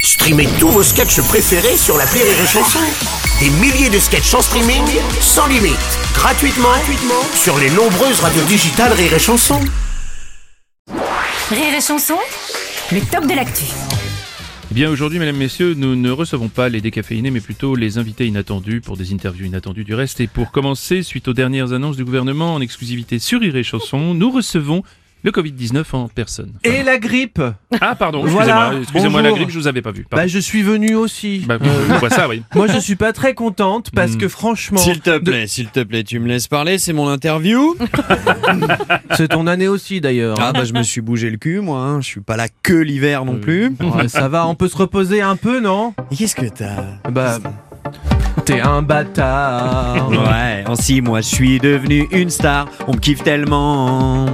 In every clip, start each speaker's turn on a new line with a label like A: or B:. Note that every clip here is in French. A: Streamez tous vos sketchs préférés sur la Rire et Chanson. Des milliers de sketchs en streaming, sans limite, gratuitement, gratuitement sur les nombreuses radios digitales Rire et Chanson.
B: Rire et chanson, le top de l'actu.
C: Eh bien aujourd'hui, mesdames, messieurs, nous ne recevons pas les décaféinés, mais plutôt les invités inattendus pour des interviews inattendues du reste. Et pour commencer, suite aux dernières annonces du gouvernement en exclusivité sur Iré Chanson, nous recevons le Covid-19 en personne.
D: Et la grippe
C: Ah pardon,
D: Voilà,
C: excusez-moi, excusez-moi la
D: bonjour.
C: grippe, je vous avais pas vu.
D: Bah
C: pardon.
D: je suis venu aussi. Euh,
C: Bah, je vois ça, oui.
D: Moi je suis pas très contente parce que franchement,
E: Hmm. S'il te plaît, s'il te plaît, tu me laisses parler, c'est mon interview.
D: c'est ton année aussi d'ailleurs.
E: Ah bah je me suis bougé le cul moi, hein. je suis pas là que l'hiver non plus.
D: Ouais, ça va, on peut se reposer un peu, non
E: Et Qu'est-ce que t'as
D: Bah t'es un bâtard.
E: Ouais, en six mois je suis devenu une star, on me kiffe tellement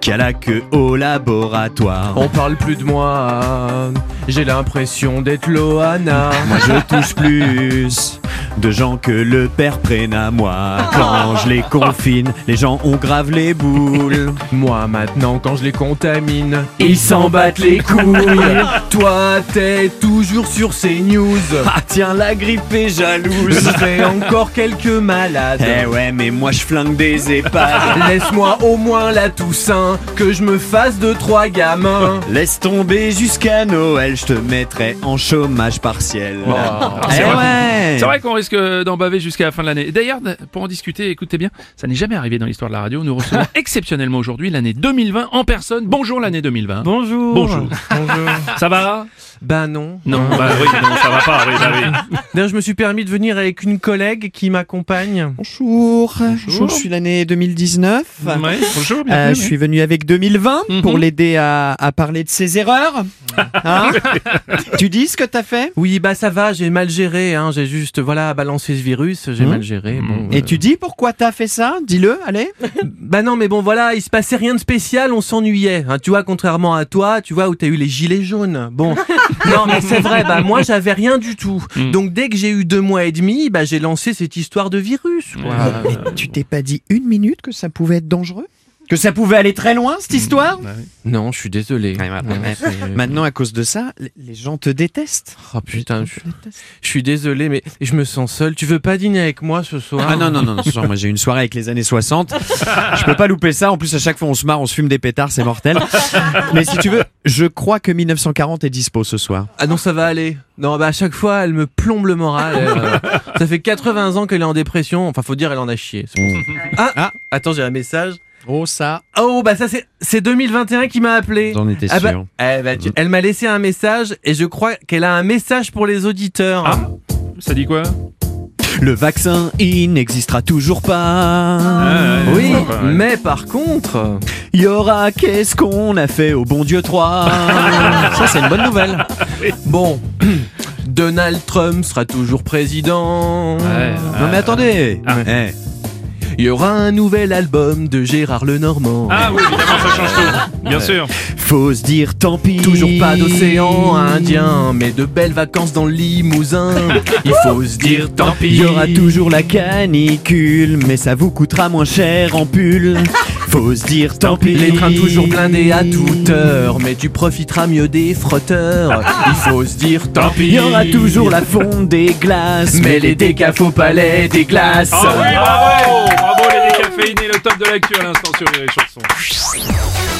E: qu'il y a la queue au laboratoire.
D: On parle plus de moi. J'ai l'impression d'être Loana.
E: Moi je touche plus de gens que le père prenne à moi. Quand je les confine, les gens ont grave les boules.
D: Moi maintenant quand je les contamine, ils s'en battent les couilles. Toi t'es toujours sur ces news.
E: Ah tiens, la grippe est
D: Je
E: jalouse.
D: fais encore quelques malades.
E: Ah. Eh ouais, mais moi je flingue des EHPAD.
D: Laisse-moi au moins la Toussaint, que je me fasse de trois gamins.
E: Laisse tomber jusqu'à Noël, je te mettrai en chômage partiel. Eh
C: Ah, C'est vrai.
E: ouais.
C: C'est vrai qu'on risque d'en baver jusqu'à la fin de l'année. Et D'ailleurs, pour en discuter, écoutez bien, ça n'est jamais arrivé dans l'histoire de la radio. Nous recevons exceptionnellement aujourd'hui l'année 2020 en personne. Bonjour l'année 2020.
D: Bonjour.
C: Bonjour. Ça va
D: Bah non.
C: Non, bah oui, non, ça va pas, oui, bah oui.
D: D'ailleurs, je me suis permis de venir avec une collègue qui m'accompagne.
E: Bonjour.
C: Bonjour.
E: je suis l'année 2019.
C: Ouais, bonjour,
E: Euh,
C: bienvenue.
E: je suis venu avec 2020 pour
C: Mhm.
E: l'aider à, à parler de ses erreurs. Hein tu dis ce que t'as fait
D: Oui, bah ça va, j'ai mal géré, hein. J'ai juste, voilà, balancé ce virus, j'ai
E: Mmh.
D: mal géré. Bon,
E: Et
D: euh,
E: tu dis pourquoi t'as fait ça Dis-le, allez.
D: Bah non, mais bon, voilà, il se passait rien de spécial, on s'ennuyait. hein. Tu vois, contrairement à toi, tu vois, où t'as eu les gilets jaunes. Bon, non, mais c'est vrai, bah moi, j'avais rien du tout.
C: Mmh.
D: Donc, dès que j'ai eu deux mois et demi, bah j'ai lancé cette histoire de virus, quoi.
C: Ah, Ouais.
E: Mais tu t'es pas dit une minute que ça pouvait être dangereux Que ça pouvait aller très loin cette histoire
C: Bah oui.
D: Non, je suis désolé.
E: Ouais, ouais,
D: Non,
E: ouais.
D: c'est-
E: Maintenant, à cause de ça, les- les gens te détestent.
D: Oh putain, je, je suis désolé, mais je me sens seul. Tu veux pas dîner avec moi ce soir
E: Ah non, non, non, non, ce soir, moi j'ai une soirée avec les années 60. Je peux pas louper ça. En plus, à chaque fois, on se marre, on se fume des pétards, c'est mortel. Mais si tu veux, je crois que 1940 est dispo ce soir.
D: Ah non, ça va aller. Non, bah à chaque fois, elle me plombe le moral. elle, euh, ça fait 80 ans qu'elle est en dépression. Enfin, faut dire, elle en a chié. c'est pour ça. Ah,
E: Ah.
D: Attends, j'ai un message.
E: Oh, ça,
D: Oh, bah ça, c'est- c'est 2021 qui m'a appelé.
E: j'en étais
D: Ah bah,
E: sûr.
D: eh bah, tu- elle m'a laissé un message et je crois qu'elle a un message pour les auditeurs.
C: Ah. Ça dit quoi
E: Le vaccin, il n'existera toujours pas.
C: ouais,
D: oui,
C: ouais, ouais.
D: mais par contre,
E: Il y aura qu'est-ce qu'on a fait au bon Dieu 3. ça, c'est une bonne nouvelle.
D: bon, Donald Trump sera toujours président.
C: Ouais.
E: Non, mais attendez.
C: Ah.
E: Eh,
D: Il y aura un nouvel album de Gérard Lenormand.
C: Ah oui, évidemment, ça change tout. Bien sûr.
E: Faut se dire tant pis.
D: Toujours pas d'océan indien, mais de belles vacances dans le Limousin. Il faut se dire tant
E: Il
D: pis.
E: y aura toujours la canicule, mais ça vous coûtera moins cher en pull. Faut se dire tant pis.
D: Les trains toujours blindés à toute heure, mais tu profiteras mieux des frotteurs. Il faut se dire tant pis.
E: Il y aura toujours la fonte des glaces,
D: Mais les dégâts au palais des glaces.
C: Ah oui, bravo Bravo les décaféinés, le top de l'actu à l'instant sur les chansons.